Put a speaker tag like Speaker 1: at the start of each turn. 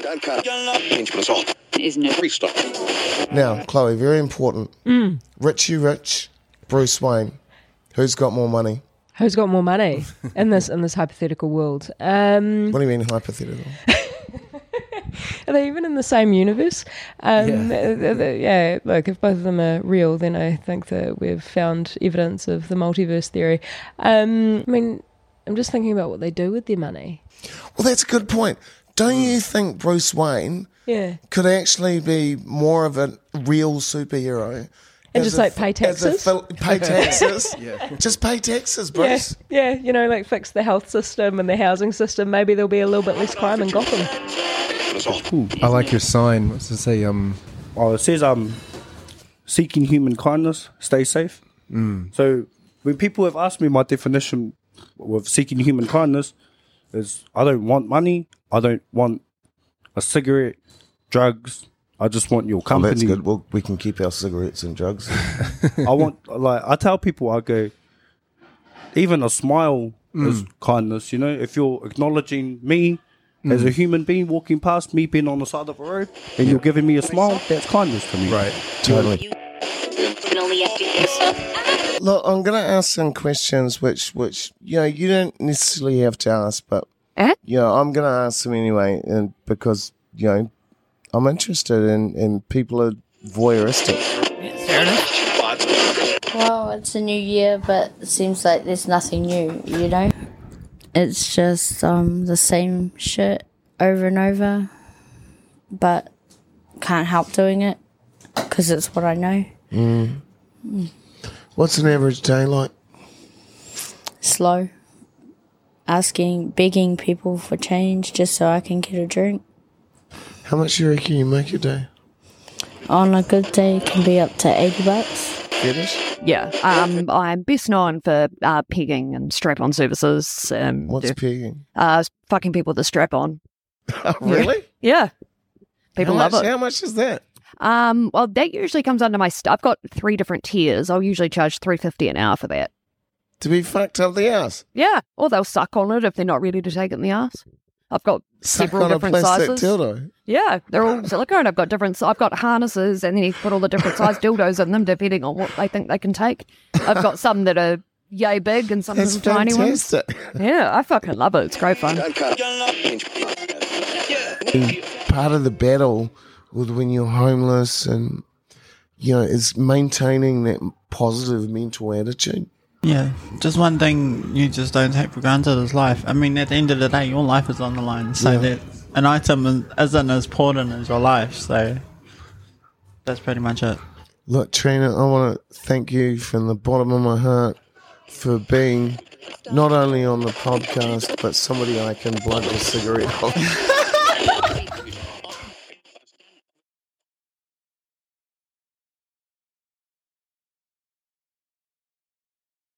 Speaker 1: Don't cut. Change for us all.
Speaker 2: isn't it?
Speaker 1: Freestyle.
Speaker 3: Now, Chloe, very important.
Speaker 4: Mm.
Speaker 3: Richie Rich, Bruce Wayne. Who's got more money?
Speaker 4: Who's got more money in this in this hypothetical world? Um,
Speaker 3: What do you mean hypothetical?
Speaker 4: are they even in the same universe? Um,
Speaker 5: Yeah.
Speaker 4: uh, th- th- yeah. Look, if both of them are real, then I think that we've found evidence of the multiverse theory. Um, I mean, I'm just thinking about what they do with their money.
Speaker 3: Well, that's a good point. Don't
Speaker 4: Mm.
Speaker 3: you think Bruce Wayne
Speaker 4: Yeah.
Speaker 3: could actually be more of a real superhero?
Speaker 4: And
Speaker 3: as
Speaker 4: just,
Speaker 3: a-
Speaker 4: like, pay
Speaker 3: as a
Speaker 4: taxes?
Speaker 3: fil- pay taxes. Just pay taxes,
Speaker 4: Yeah,
Speaker 3: Bruce.
Speaker 4: yeah, you know, like fix the health system and the housing system. Maybe there'll be a little bit less crime in Gotham.
Speaker 1: For us all.
Speaker 5: I like your sign. What's it say? Um,
Speaker 6: Oh, it says um, seeking human kindness, stay safe. Mm. So when people have asked me my definition of seeking human kindness is I don't want money, I don't want a cigarette, drugs. I just want your
Speaker 3: Well,
Speaker 6: company.
Speaker 3: Oh, that's good. Well, we can keep our cigarettes and drugs.
Speaker 6: I want like I tell people I go even a smile is kindness, you know, if you're acknowledging me as a human being walking past me being on the side of the road and you're giving me a smile, that's kindness to me.
Speaker 5: right.
Speaker 3: totally.
Speaker 2: Can only act against-
Speaker 3: Look, I'm going to ask some questions which, which you know, you don't necessarily have to ask, but
Speaker 2: Eh?
Speaker 3: you know, I'm going to ask them anyway, and because you know, I'm interested in, and people are voyeuristic.
Speaker 7: Well, it's a new year, but it seems like there's nothing new, you know? It's just um, the same shit over and over, but can't help doing it because it's what I know.
Speaker 3: What's an average day like?
Speaker 7: Slow. Asking, begging people for change just so I can get a drink.
Speaker 3: How much do you reckon you make a day?
Speaker 7: On a good day, it can be up to 80 bucks.
Speaker 3: Fetish?
Speaker 8: Yeah, um, I'm best known for uh, pegging and strap-on services. Um,
Speaker 3: What's
Speaker 8: yeah,
Speaker 3: pegging?
Speaker 8: uh, fucking people with a strap-on.
Speaker 3: Oh, really?
Speaker 8: Yeah, people
Speaker 3: how
Speaker 8: love
Speaker 3: much,
Speaker 8: it.
Speaker 3: How much is that?
Speaker 8: Um, well, that usually comes under my. St- I've got three different tiers. I'll usually charge three fifty an hour for that.
Speaker 3: To be fucked up the ass.
Speaker 8: Yeah, or they'll suck on it if they're not ready to take it in the ass. I've got
Speaker 3: Suck
Speaker 8: several
Speaker 3: on a
Speaker 8: different
Speaker 3: plastic
Speaker 8: sizes.
Speaker 3: dildo.
Speaker 8: Yeah, they're all silicone. I've got different. I've got harnesses, and then you put all the different size dildos in them, depending on what they think they can take. I've got some that are yay big and some
Speaker 3: That's
Speaker 8: little tiny ones.
Speaker 3: fantastic.
Speaker 8: Yeah, I fucking love it. It's great fun.
Speaker 1: Don't cut. Change.
Speaker 3: Part of the battle with when you're homeless and you know is maintaining that positive mental attitude.
Speaker 9: Yeah, just one thing you just don't take for granted is life. I mean, at the end of the day, your life is on the line. So that an item isn't as important as your life. So that's pretty much it.
Speaker 3: Look, Trina, I want to thank you from the bottom of my heart for being not only on the podcast but somebody I can blood a cigarette on.